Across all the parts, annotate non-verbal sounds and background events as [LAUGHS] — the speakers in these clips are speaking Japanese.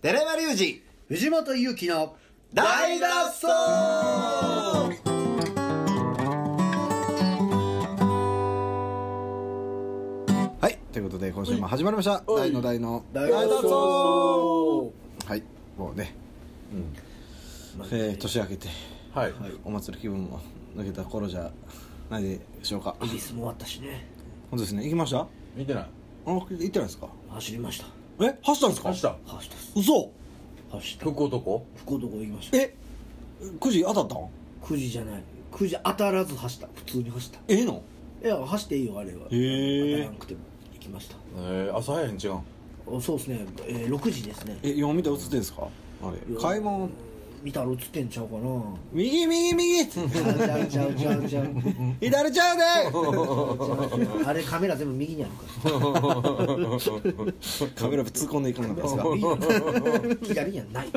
寺山隆二藤本勇樹の二大脱走はいということで今週も始まりました「大の大の大脱走はいもうね、えー年明けてはい、お祭り気分も抜けた頃じゃないでしょうかイギリスも終わったしね本当ですね行きましたあ見てない行ってないですか走りましたえ走ったんですか明日走ったっす嘘走った福男福男行きましたえ9時当たったん9時じゃない9時当たらず走った普通に走っええのたいや走っていいよあれはへえ当たらなくても行きましたえー、朝早いん違うんおそうですね、えー、6時ですねえ読みて映ってんですかあれ買い物見たら映ってんちゃうかな右右右ちゃうちゃうちゃう [LAUGHS] ちゃう左ちゃうであれカメラ全部右にあるかカメラぶっ突っ込んでいかんの [LAUGHS] ですから左にはない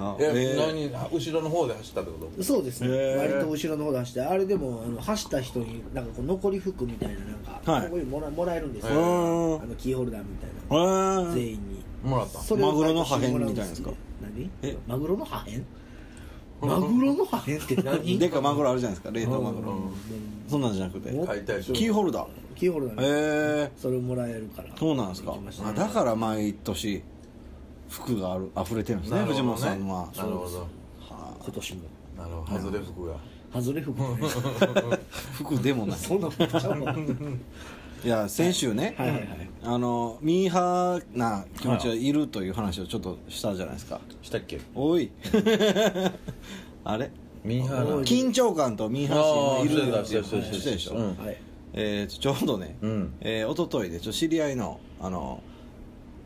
あええー何後ろの方で走ったってことそうですね、へー割と後ろの方で走ってあれでもあの走った人になんかこう残り服みたいななんか、はいこういうのもらもらえるんですうよ、ーんあのキーホルダーみたいな、えー全員にもらったそれをマグロの破片みたいなんですか何えマグロの破片マグロの破片って何でっかいマグロあるじゃないですか冷凍マグうロんそんなんじゃなくてお解体しキーホルダーキーホルダー、ねええそれをもらえるからそうなんですか行きましたあだから毎年服がある溢れてるんですねなるほ藤どね本さんはなるほど今年もなるほど外れ服が外れ服 [LAUGHS] もね [LAUGHS] 服でもないそんなことちゃうわいや先週ねはいはいはいあのミーハーな気持ちがいるという話をちょっとしたじゃないですかしたっけおい [LAUGHS] あれミーハーな緊張感とミーハー心がいるっていうあー話したでしうょんはいえーちょうどね、うんえー、一昨日でちょっと知り合いのあの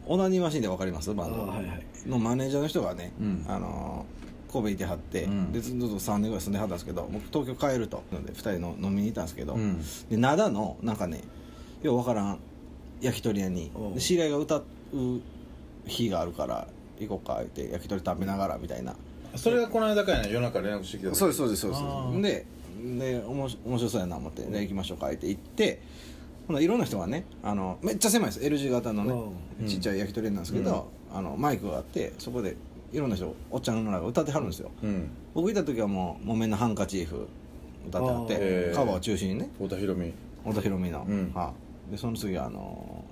オナニーマシンでわかりますバンド、あーはいはいのマネージャーの人がね、うんあのー神戸いてはって、うんでずっと3年ぐらい住んではったんですけどもう東京帰るとので2人の飲みに行ったんですけど、うんで灘のなんかねようわからん焼き鳥屋におうで知り合いが歌う日があるから行こうか言って焼き鳥食べながらみたいなそれがこの間かやね夜中連絡してきた時そうですそうですそうですあーででおもし面白そうやな思ってで行きましょうかって行ってほないろんな人がねあのめっちゃ狭いです L 字型のうねちっちゃい焼き鳥屋なんですけど、あのマイクがあってそこでいろんな人おっちゃんの中が歌ってはるんですようん僕いた時はもう「木綿のハンカチーフ」歌ってはっあーへてーカバーを中心にね太田裕美太田裕美の、うんはいでその次はあの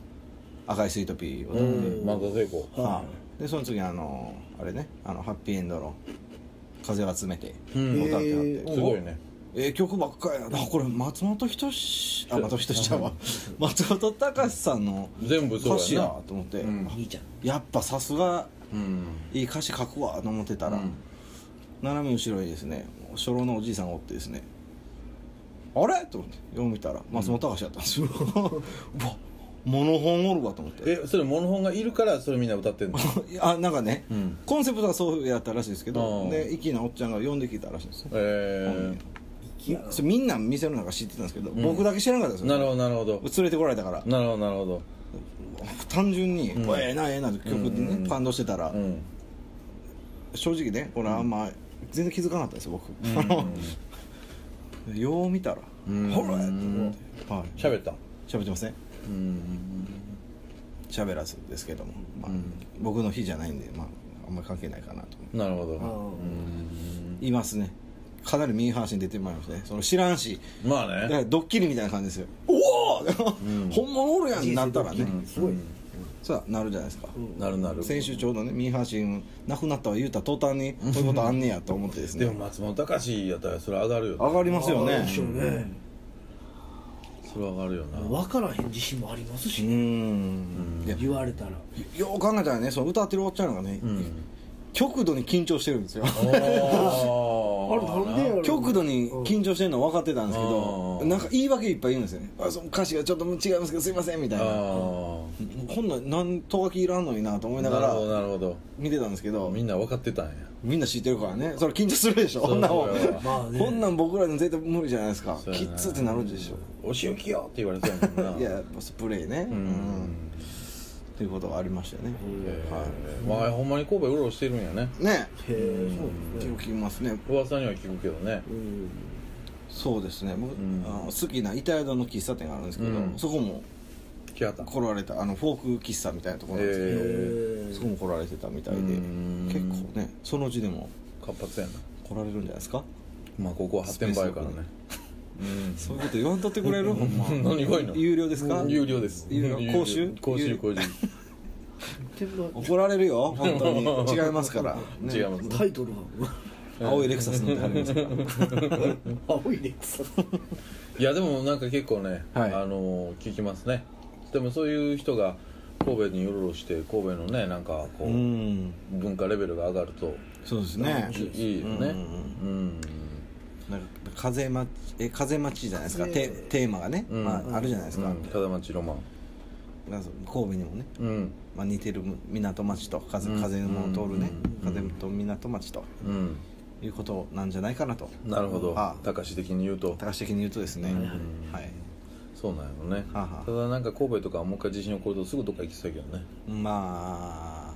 赤いスイートピー」を歌うって、ん松田聖子はいでその次あのあれねあのハッピーエンドの「風を集めて」う歌んってはって、へーすごいねええ曲ばっかりやなこれ松本人志あ松本人志ちゃう [LAUGHS] わ松本隆さんの全部そうやな歌詞やと思って、うん兄ちゃんやっぱさすがうんいい歌詞書くわと思ってたら、うん斜め後ろにですね初老のおじいさんがおってですねあれと思って読みたら松本隆やったんですよ、 [LAUGHS] うわモノホンおるわと思ってえそれモノホンがいるからそれみんな歌ってんのいやあなんかね、うんコンセプトはそうやったらしいですけうどんで粋なおっちゃんが呼んできたらしいんですよえいやそれみんな店の中知ってたんですけど、僕だけ知らなかったんですよー、なるほどなるほど連れてこられたからなるほどなるほど単純に「ええなええな」って曲でね感動してたらうん正直ねこれあんま全然気づかなかったですよ僕 [LAUGHS] あのよう見たら「ほら!」って思ってはい喋った喋ってませんうん喋らずですけどもまあ僕の日じゃないんでまああんまり関係ないかなと思ってなるほあどいますねかなりミーハーシに出てまいりますねその知らんしまだあかねらドッキリみたいな感じ [LAUGHS] ですよおお本物おるやんってなったらねーすごいそうなるじゃないですかなるなる先週ちょうどねミーハーシン亡くなったわ言うた途端にそういうことあんねやと思ってですでねも松本隆やったらそれ上がるよ上がりますよあーねでしょうねそれ上がるよな分からへん自信もありますうしーんいや言われたらよう考えたらねその歌ってるおっちゃんがね、うん極度に緊張してるん [LAUGHS] ですよあ極度に緊張してるのは分かってたんですけどあーなんか言い訳いっぱい言うんですよねあその歌詞がちょっと違いますけどすいませんみたいなあこんなんなんとがきいらんのになと思いあななるがほどらなるほど見てたんですけどみんな分かってたんやみんな知ってるからねそれ緊張するでしょそうこんなんもんそうよまあねこんなん僕らに絶対無理じゃないですかそうやキなッズってなるでしょ「お仕置きよ!」って言われてたもんないややっぱスプレーねううんんっていうことがありましたよねえーまあほんまに神戸うろうろしてるんやねねへえそうです聞ねきますね噂には聞くけどねうんそうですね僕、んあの好きなイタリアの喫茶店があるんですけど、うんそこも来はった来られたあのフォーク喫茶みたいなところなんですけど、えへ来られてたみたいでうん結構ねそのうちでも活発やな来られるんじゃないですかまあここは発展場やからねうんそういうこと言わんとってくれるほんま [LAUGHS] 何がいいの有料ですか有料です有料講習講有習料講習天皇怒られるよ本当に [LAUGHS] 違いますから、ね違いますタイトル青いレクサス乗ってはりますからは青いねいやでもなんか結構ね、はいあのー聞きますねでもそういう人が神戸にうろうろして神戸のねなんかこう、うん文化レベルが上がるとそうですねいいよねううんうんんなんか風待ちえ風待ちじゃないですか、テテーマがね、うんまあ、あるじゃないですか,、うん風町ロマンなんか神戸にもね、うんまあ、似てる港町と風,、うん風の通るね、うん風と港町とうんいうことなんじゃないかなとなるほどあ高志的に言うと高橋的に言うとですね、はいそうなんやろねはあはあただなんか神戸とかはもう一回地震起こるとすぐどっか行きそうやけどねま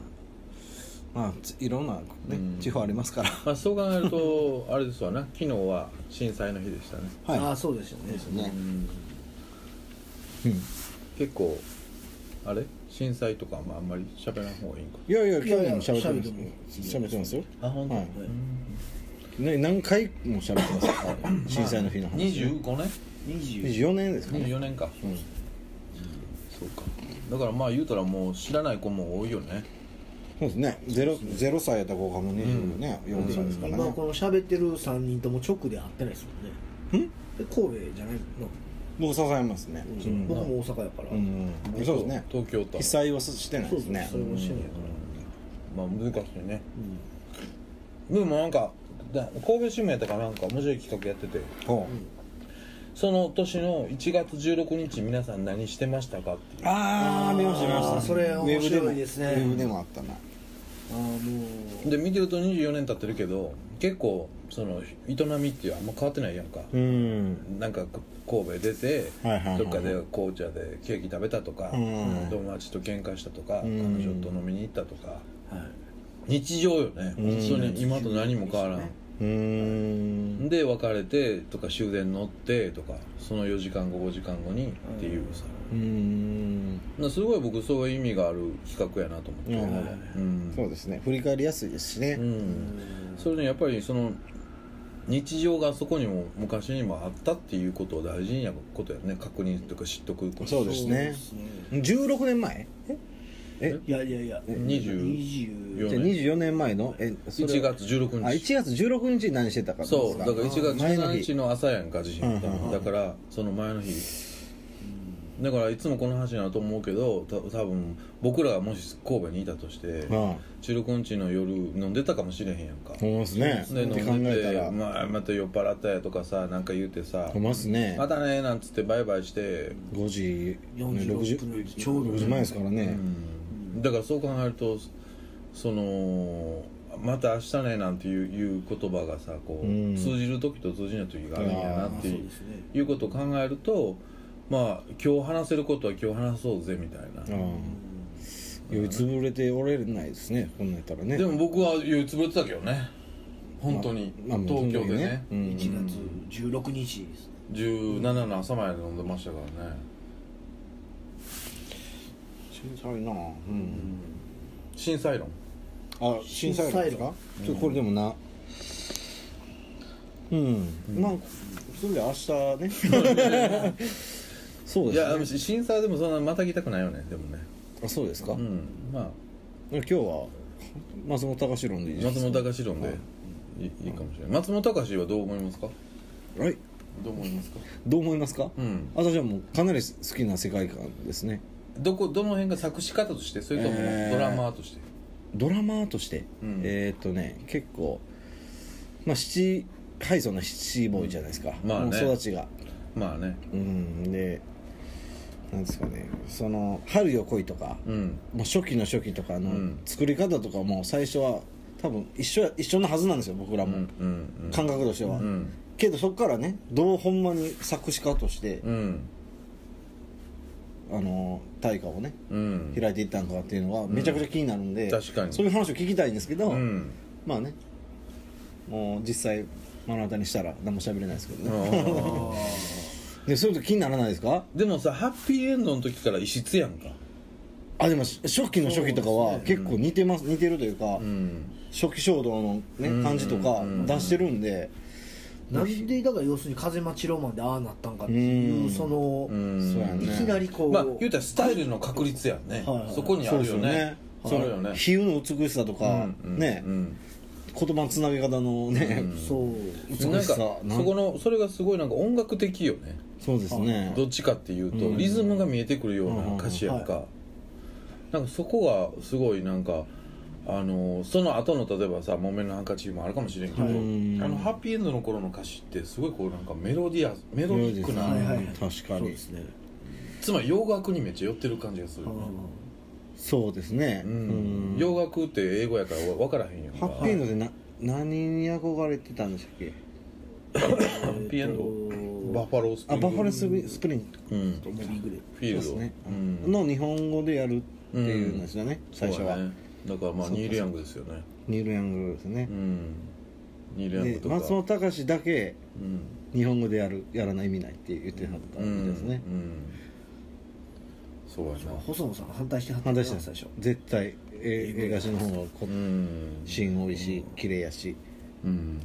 あまあついろんな、ねうん地方ありますからまあそう考え [LAUGHS] るとあれですわな昨日は震災の日でしたねはいああそうですよねねうん結構あれ震災とかもあんまり喋らん方がいいんかいやいやいやいや去年喋喋ってます喋ってますよあ本当。はいね何回も喋ってますよ震災の日の話25年20 24年ですかね24年かうんそうかだからまあ言うたらもう知らない子も多いよねそうですねゼロゼロ歳やった子がもう24ね、四4歳ですからね今この喋ってる3人とも直で会ってないですもんねうんで神戸じゃないの、僕支えますね僕も大阪やから、うん、そうですね東京都被災はしてないそうでですすねねそれもしてないかまあ難しいねでもなんかだ神戸新聞やったかなんか面白い企画やっててほその年の1月16日皆さん何してましたかっていううああ見ました見ましたそれ面白いですねウェブでもウェブでもあっら、ああもうで見てると24年経ってるけど結構その営みっていうあんま変わってないやんたか、なうんなんか神戸出て、はいはいはいはいどっかで紅茶でケーキ食べたとか、うん友達と喧嘩したとか、うん彼女と飲みに行ったとかはい日常よね、うん本当に今と何も変わらん、うーんで別れてとか終電乗ってとかその4時間後5時間後にっていうさ、うーんなすごい僕そういう意味がある企画やなと思って、うんうんそうですね振り返りやすいですしねうんそれねやっぱりその日常がそこにも昔にもあったっていうことを大事なことやね確認とか知っとくことそうですね16年前えいやいやいや20 20じゃあ24年前のえそれ1月16あ1日月16日に何してたかですそうだから1月前の17日日の朝やんか地震うんうんうんだからその前の日だからいつもこの話になると思うけどた多分僕らがもし神戸にいたとしてうん16日の夜飲んでたかもしれへんやんかほんまっすねでっ飲て考んでえたてらまあまた酔っ払ったやとかさなんか言うてさほんまっすねまたねなんつってバイバイして、 5時46分60ちょうど6時前ですからうねん、だからそう考えるとそのまた明日ねなんていういう言葉がさこう、うん通じる時と通じない時があるんやなってそういでうすねいうことを考えるとまあ今日話せることは今日話そうぜみたいな、酔いつぶれておれないですねこんなんやったらねでも僕は酔いつぶれてたけどね本当に、まあもう東京でねうん1月16日ですね17の朝まで飲んでましたからね震災なうん震災論あ震災なんですかちょこれでもなうんまあそれで明日ねそういでやすでもね震災でもそんなまたぎたくないよねでもねあそうですかうんまあ今日は松本隆論でいいです松か本隆論でいいいいかもしれない松本隆はどう思いますかはいどう思いますかどう思いますかうん私はもうかなり好きな世界観ですねどこどの辺が作詞方としてそれともえードラマーとして、ドラマーとして、うんえーっとね結構まあ七ハイソな七ボーイじゃないですか、まあねもう育ちがまあねうんでなんですかねその「春よ来い」とか、うんもう初期の初期とかのうん作り方とかも最初は多分一緒や一緒のはずなんですよ僕らうんも、うん感覚としては、うんけどそこからねどうほんまに作詞家として、うんあの大化をねうん開いていったのかっていうのはめちゃくちゃ気になるんで、確かにそういう話を聞きたいんですけど、うんまあねもう実際目の当たりにしたら何も喋れないですけどあね、 [LAUGHS] ーでそういうこと気にならないですかでもさハッピーエンドの時から異質やんかあでも初期の初期とかそはうです結構似てます、似てるというか、うん初期衝動の、うんね、感じとか出してるんで、なんでだから要するに風待ちロマンでああなったんかっていううんそのうんそうやねいきなりこう、まあ言うたらスタイルの確率やんね、はいはいそこにあるよねそうですあるよよねね比喩の美しさとか、うんね、うん言葉のつなげ方のね、うんそう美なんしかさそなんこのそれがすごいなんか音楽的よねそうですねどっちかっていうと、うんリズムが見えてくるような歌詞やんか、なんかそこがすごいなんかあのその後の例えばさ「木綿のハンカチ」もあるかもしれんけど、はいうんあのハッピーエンドの頃の歌詞ってすごいこうなんかメロディアメロディックな、はいはいはい確かそうにですね、つまり洋楽にめっちゃ寄ってる感じがする、そうですね、ううんん洋楽って英語やから分からへんやんかハッピーエンドでな何に憧れてたんでしたっけハッピーエンドババッファロースプあリングバッファロースプリスプリンうんモビグレフィールですド、ね、うんの日本語でやるっていうんですよね、最初は、そうだねだからまあニール・ヤングですよねニール・ヤングですねう、んニール・ヤングでとか松本隆だけうん日本語でやるやらない意味ないって言ってはったみたいですね、うんうんそうやな細野さん反対してはった反な対して最た初絶対え映画史の方がこうんシーン多いし綺麗やしうん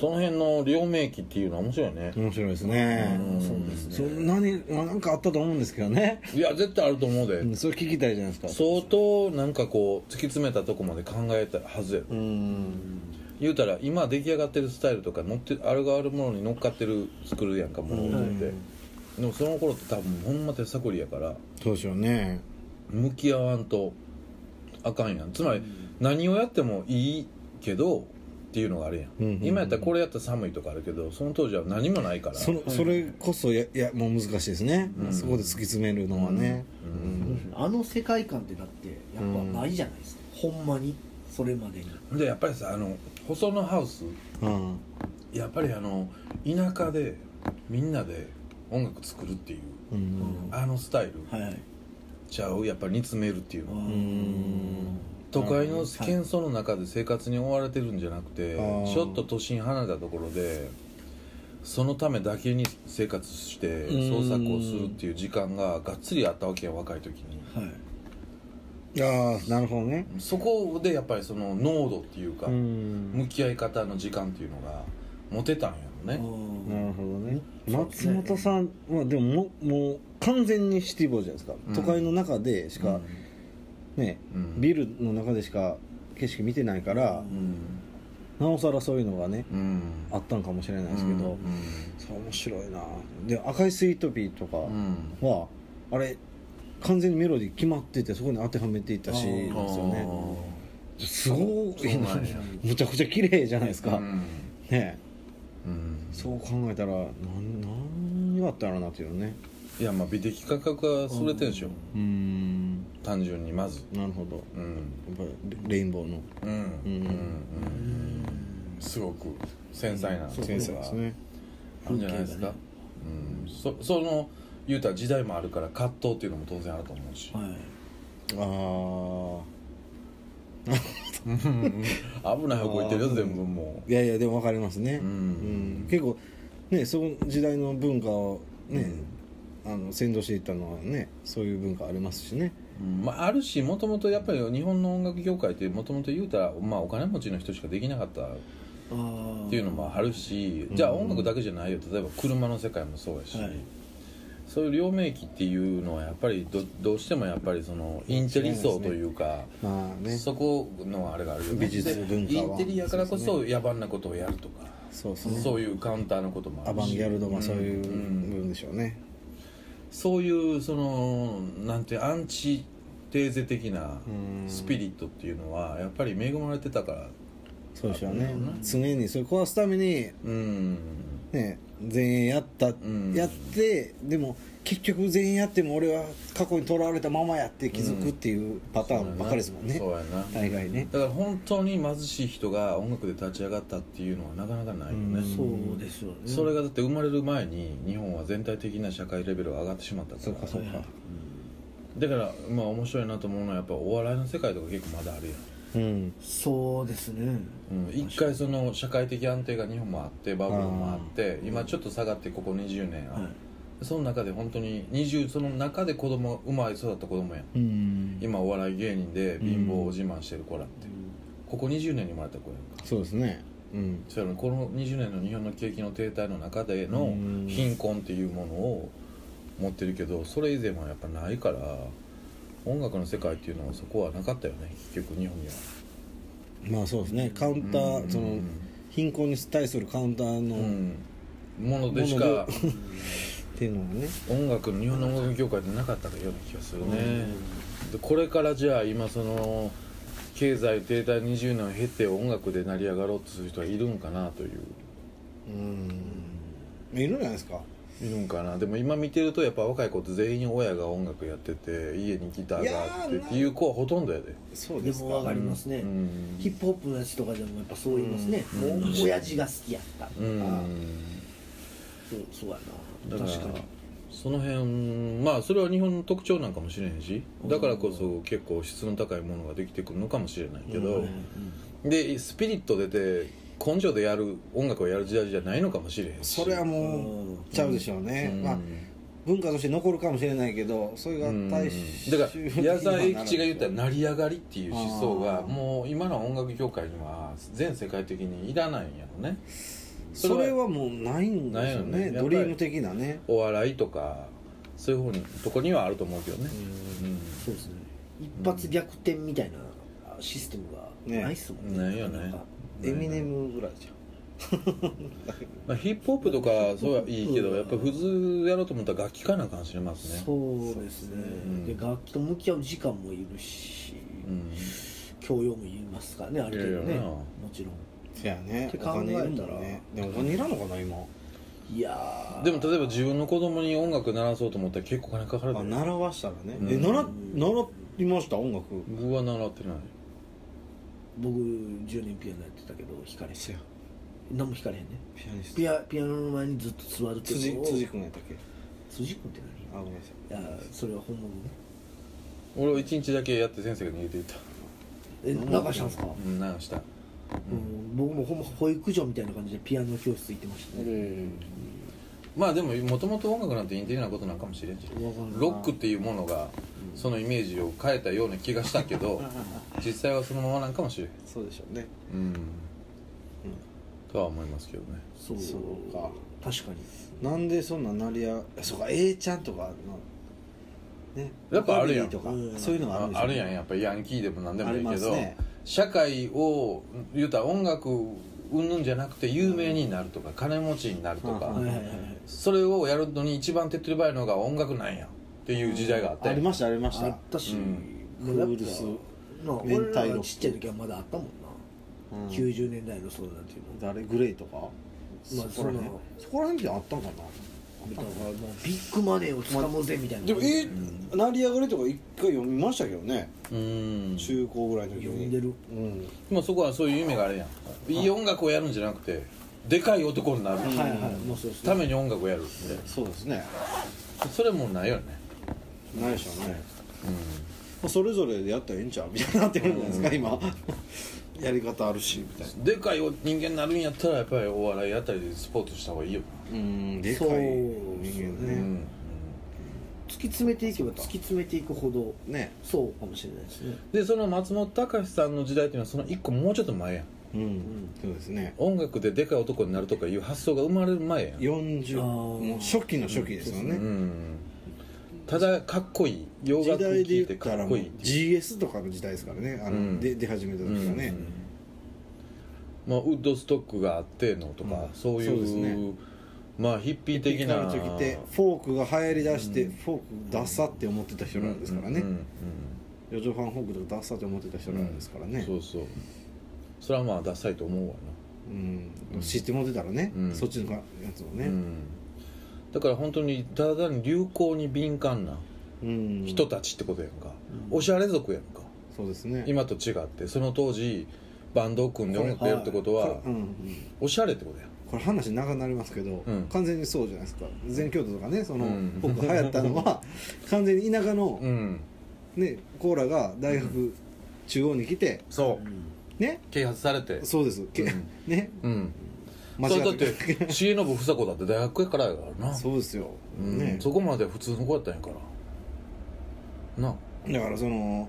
その辺の両名機っていうのは面白いね面白いですねうんそうですそんなにまあなんかあったと思うんですけどねいや絶対あると思うでうんそれ聞きたいじゃないですか相当なんかこう突き詰めたとこまで考えたはずやろうん言うたら今出来上がってるスタイルとか乗ってあるがあるものに乗っかってる作るやんかもうってでもその頃って多分ほんま手探りやからそうでしょうね向き合わんとあかんやんつまり何をやってもいいけどっていうのがあるやん,、うんうんうん今やったらこれやったら寒いとかあるけどその当時は何もないからそのそれこそやいやもう難しいですね、そこで突き詰めるのはね、うんあの世界観ってだってやっぱないじゃないですか、ほんまにそれまでにでやっぱりさあの細野ハウスうんやっぱりあの田舎でみんなで音楽作るっていううんあのスタイルはいはいちゃうやっぱり煮詰めるっていうのはうん都会の喧騒の中で生活に追われてるんじゃなくて、はいちょっと都心離れたところでそのためだけに生活してん創作をするっていう時間ががっつりあったわけや若い時にはいいやーなるほどねそこでやっぱりその濃度っていうか、うん向き合い方の時間っていうのが持てたんやろね、なるほどねそうです松ね本さんはでもももう完全にシティボーイじゃないですか、うん都会の中でしか、ね、うんビルの中でしか景色見てないから、うんなおさらそういうのがねうんあったんかもしれないですけど、うんそれ面白いなで「赤いスイートピー」とかうんうんは、あれ完全にメロディー決まっててそこに当てはめていったしあでーすよねすごそういななんやむちゃくちゃ綺麗じゃないですか、うんねうんそう考えたらなん何があったらなっていうねいやまあ美的価格が優れてるでしょ、うん単純にまずなるほどうんやっぱりレインボーのうんうんうんうんすごく繊細なセンサーがですねあるんじゃないですか、うん、そその言うたら時代もあるから葛藤っていうのも当然あると思うし、はいああうん危ない方向行ってるよ全部もいやいやでも分かりますね、うんうん結構ねその時代の文化をね、あの先導していったのはねそういう文化ありますしねう、うんまあ、あるしもともとやっぱり日本の音楽業界ってもともと言うたら、まあ、お金持ちの人しかできなかったっあーていうのもあるし、じゃあ音楽だけじゃないよ例えば車の世界もそうやし、はいそういう両名機っていうのはやっぱりどどうしてもやっぱりそのインテリ層というか、まあねそこのあれがあるよね美術文化はインテリアからこそ野蛮なことをやるとかそうですそう,、ねいうカウンターのこともあアるバンギしャルドがそういう部うん分でしょうね、そういうそのなんてアンチテーゼ的なうんスピリットっていうのはやっぱり恵まれてたからそうでしょうね、常にそれ壊すためにうんね全員やった、んやってでも結局全員やっても俺は過去にとらわれたままやって気づくっていうパターンばっかりですもんね、そうやな大概ねだから本当に貧しい人が音楽で立ち上がったっていうのはなかなかないよね、そうですよねそれがだって生まれる前に日本は全体的な社会レベルが上がってしまったからそうかそうか、だからまあ面白いなと思うのはやっぱお笑いの世界とか結構まだあるやんうんそうですねうん一回その社会的安定が日本もあってバブルもあって今ちょっと下がってここ20年ははいその中で本当に20その中で子供生まれ育った子供やんうん今お笑い芸人で貧乏を自慢してる子らって、ここ20年に生まれた子やんかそうですねうん、そうやろこの20年の日本の景気の停滞の中でうのん貧困っていうものを持ってるけどそれ以前はやっぱないから音楽の世界っていうのはそこはなかったよね結局日本にはまあそうですねカウンター、うんその貧困に対するカウンターの、うっんものでしかていうのがね音楽の日本の音楽業界ってなかったような気がするねでこれからじゃあ今その経済停滞20年を経て音楽で成り上がろうとする人はいるんかなといううんいるんじゃないですかいるんかなでも今見てるとやっぱ若い子って全員親が音楽やってて家にギターがあっいてやっーていう子はほとんどやでそうでですもわかかりますね、うんヒップホップのやつとかでもやっぱそう言いますね、うんもう親父が好きやったとか、うんそうそうやだかなら確かにその辺まあそれは日本の特徴なんかもしれんしだからこそ結構質の高いものができてくるのかもしれないけど、でスピリット出て根性でやる音楽をやる時代じゃないのかもしれへんしそれはうもんうちゃうでしょうね、まあ、文化として残るかもしれないけどそれがうん大衆だから矢沢永吉が言ったら成り上がりっていう思想あがーもう今の音楽業界には全世界的にいらないんやろねそれはもうないんですよないねよねドリーム的なねお笑いとかそういう方にとこにはあると思うけどねそうですね一発逆転みたいなシステムがないっすもんねないよねなかうんエミネムぐらいじゃんまあ、ヒップホップとかそうはいいけどやっぱ普通やろうと思ったら楽器かな感じしますねそうですね、んで楽器と向き合う時間もいるし、うん教養もいりますからねある程度ねいやいやなもちろんそやねってお考金えたらいるもんねでもお金いらんのかな今いやーでも例えば自分の子供に音楽習わそうと思ったら結構金かかるであ習わしたらねうんえ習習いました音楽僕は習ってない僕10年ピアノやってたけど弾かれへんせや何も弾かれへんねピアニストピアピアノの前にずっと座るって辻ことを辻君やったっけ辻君ってあごめんなさい何いやーそれは本物ね俺は1日だけやって先生が逃げていったえ流したんすか、うん流したうん、僕もほんま保育所みたいな感じでピアノ教室行ってましたね、まあでももともと音楽なんてインテリなことなんかもしれんしわかんないロックっていうものがそのイメージを変えたような気がしたけど実際はそのままなんかもしれんそうでしょうねうんとは思いますけどねそうそうか確かになんでそんななりやそうか A ちゃんとかのねやっぱあるやんロカビリーとうんかそういうのがああるでしょあるやんやっぱりヤンキーでも何でもいいあけりますど、ね社会を言うたら音楽うんぬんじゃなくて有名になるとか金持ちになるとか、うんはいはいはいそれをやるのに一番手っ取り早いのが音楽なんやっていう時代があったあやんりましたありましあったたし、うんもうやっぱウイルスな明太ロ俺らッがクちっちゃい時はまだあったもんうな、ん90年代のそうだっていうの誰グレイとかまあそこら辺そのそこら辺ってあったんかだからもうビッグマネーを掴もうぜみたいななでもえ成り上がりとか一回読みましたけどねうん中高ぐらいの時に読んでるうんまあそこはそういう夢があるやんいい音楽をやるんじゃなくてでかい男になるはいはいもうそうですたねめに音楽をやるってそうですねそれもうないよねないでしょうねうまあそれぞれでやったらええんちゃうみたいになってくるんじゃないですか今やり方あるしみたいなんでかい人間になるんやったらやっぱりお笑いやったりスポーツした方がいいようんでかい人間うねん突き詰めていけば突き詰めていくほどねそうかもしれないですねでその松本隆さんの時代っていうのはその一個もうちょっと前やんうん、そうですね音楽ででかい男になるとかいう発想が生まれる前やん40あーもう初期の初期ですよね、うんただかっこいい洋時楽代で聴言いってたからっもこういいっていう GS とかの時代ですからねあの、うんで出始めた時はね、まあ、ウッドストックがあってのとか、うんそういそうですうまあヒッピー的な時ってフォークが流行りだして、フォークダサって思ってた人なんですからね、うんうんうん四畳半フォークとかダサって思ってた人なんですからね、そうそうそれはまあダサいと思うわうん知ってもってたらね、うんそっちのやつをな、ね、うんだから本当にただ単に流行に敏感なうん人たちってことやんか、おしゃれ族やんかそうですね今と違ってその当時バンドを組んで音楽やるってことは、これ,、うんうん、おしゃれってことやんこれ話長くなりますけど、うん完全にそうじゃないですか全京都とかねその、うん僕が流行ったのは完全に田舎のう、んね、コーラが大学中央に来て、そううんね啓発されてそうです、けうんねうんそれだって重信房子だって大学やからやからなそうですよ、うんねそこまで普通の子やったんやからなだからその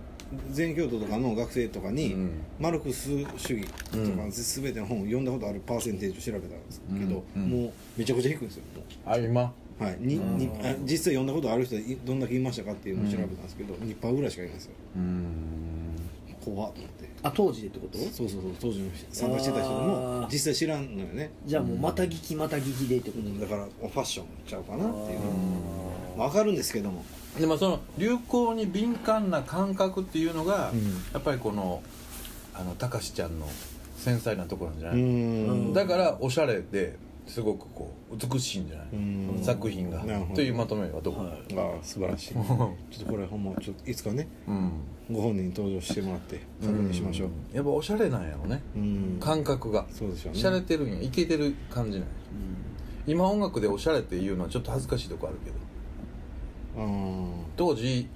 全教徒とかの学生とかに、うんマルクス主義とうんかすべての本を読んだことあるパーセンテージを調べたんですけど、うんうんもうめちゃくちゃ低いんですよもあ今うはいにうんにあ実際読んだことある人いどんだけいましたかっていうのを調べたんですけど、2パーぐらいしかいないんですようん怖っと思ってあ当時でってことそうそうそう当時の参加してた人もあー実際知らんのよねじゃあもうまた聞きまた聞きでってこうとんだからファッションちゃうかなっていうあわかるんですけどもでもその流行に敏感な感覚っていうのが、うんやっぱりこのあのたかしちゃんの繊細なところなんじゃうない、んだからおしゃれですごくこう美しいんじゃない、うん作品がなるほどというまとめはどこ、はいああ素晴らしいちょっとこれほんまちょっといつかね [LAUGHS] [LAUGHS] うんご本人に登場してもらって確認しましょううんやっぱおしゃれなんやろねうん感覚がそうでしょうねしゃれてるんやいけてる感じなんや今音楽でおしゃれっていうのはちょっと恥ずかしいとこあるけどうん当時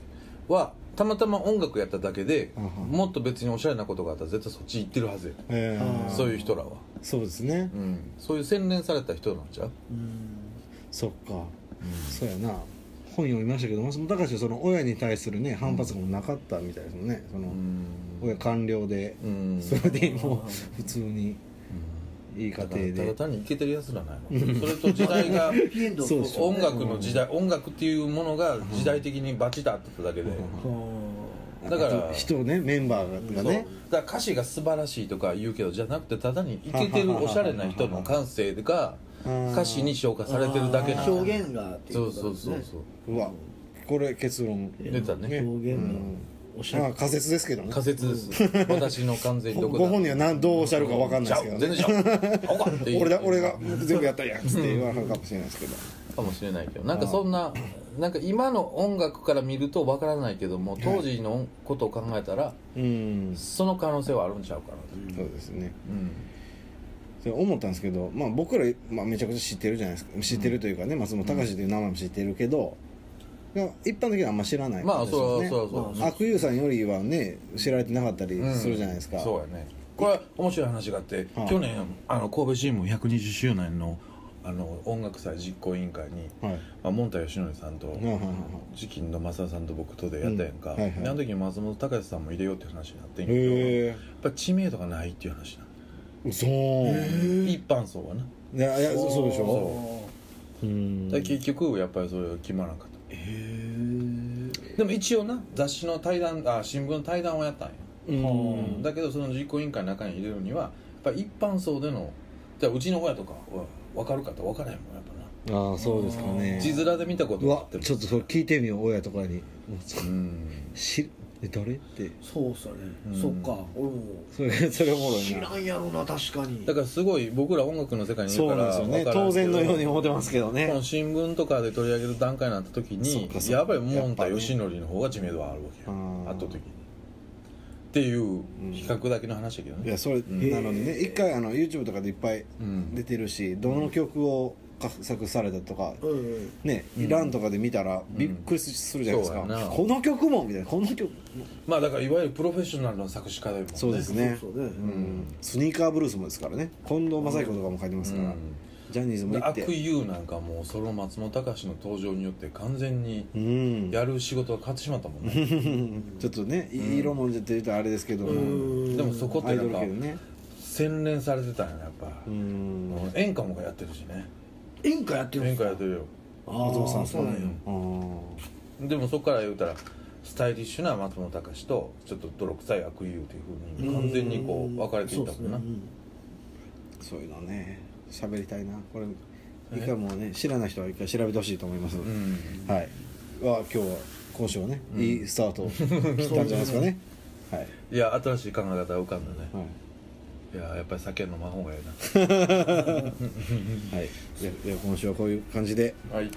はたまたま音楽やっただけでうんうんもっと別におしゃれなことがあったら絶対そっち行ってるはずやえーあーそういう人らは、そうですねうん、そういう洗練された人なんちゃう、うんそっかそうやな本読みましたけど松本隆はその親に対するね反発もなかったみたいですもんねその親官僚でうんそれでもう普通にいい家だ庭からただで単にイケてるやつらないわそれと時代がピエン [LAUGHS] ドそうでしょ音楽の時代音楽っていうものが時代的にバチッとあっただけで、はだからあと人をねメンバーがそうねだから歌詞が素晴らしいとか言うけどじゃなくてただにイケてるおしゃれな人の感性がうん歌詞に消化あされてるだけなあんーだ表現がっていそうこうとそなんうですそねうそううわこれ結論出たね表現がおしゃまあれ仮説ですけどね仮説です私の完全にごどこご本人は何どうおっしゃるか分かんないですけどねちゃう全然ちゃう俺だ俺がが全部やったやんっつって言われるかもしれないですけどかもしれないけどなんかそんななんか今の音楽から見るとわからないけども当時のことを考えたらうんその可能性はあるんちゃうかなとそうですねうんそれ思ったんですけど、まあ、僕ら、まあ、めちゃくちゃ知ってるじゃないですか知ってるというかね松本隆という名前も知ってるけど、いや一般的にはあんま知らないまあですよそうねそうそう悪友さんよりはね知られてなかったりするじゃないですか、そうやねこれは面白い話があって、はい去年あの神戸新聞120周年のあの音楽祭実行委員会に、はいまあ、モンタヨシノリさんといはいはいはい時期の増田さんと僕とでやったやんか、うんはいはいであの時に松本隆さんも入れようって話になってんけどやへっぱ知名度がないっていう話なのえそうい一般層はなやいやそうそうでしょそうだんから結局やっぱりそれが決まらなかったうへえでも一応な雑誌の対談あ新聞の対談はやったんようんだけどその実行委員会の中に入れるにはやっぱり一般層でのじゃあうちの親とかは分かるかって分からへんもんやっぱなああそうですかね字面で見たことうがあわってもちょっとそれ聞いてみよう親とかにうん知え誰ってそうっすよねうんそっか俺も [LAUGHS] それそれおもろい知ならんやろな確かにだからすごい僕ら音楽の世界にいるそかうなんでらすよね分からん当け然どのように思ってますけどこのね新聞とかで取り上げる段階になった時そっにかそっかやっぱりもんたやっぱねよしのりの方が知名度はあるわけうよん圧倒的にっていう比較だけの話だけどいねやそれ、んなのでね一回あの YouTube とかでいっぱいうん出てるし、どの曲を作作されたとか、うんうんねランとかで見たらびっくりするじゃないですか、そうやなこの曲もみたいなこの曲もまあだからいわゆるプロフェッショナルの作詞家だよねそうですねそうそうねうんスニーカーブルースもですからね近藤真彦とかも書いてますから、うんジャニーズも行っ悪て友なんかもうその松本隆の登場によって完全にうんやる仕事が変わってしまったもんね、ちょっとね、い色もんじゃって言うとあれですけども、うん [LAUGHS] でもそこっアてイなドんルか系でね洗練されてたんやなやっぱ、うんもう演歌もやってるしね演歌やってる演歌やっるてるよああお父さんそうなんやあーでもそこから言うたらスタイリッシュな松本隆とちょっと泥臭い悪友というふうに完全にこう分かれていったもんな、そうですねそういうのね喋りたいなこれ一回もうね知らない人は一回調べてほしいと思います、うんはいは今日は今週はね、いいスタートを切ったんじゃない [LAUGHS] ですかねはい、いや新しい考え方浮かんだねはいいややっぱり酒飲まん方がいいはい、じゃあじゃあ今週はこういう感じでなはい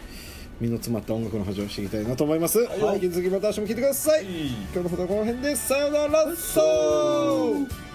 身の詰まった音楽の味をしていきたいなと思います、はい、引き続きまた明日も聴いてください、今日のことはこの辺でさよならそう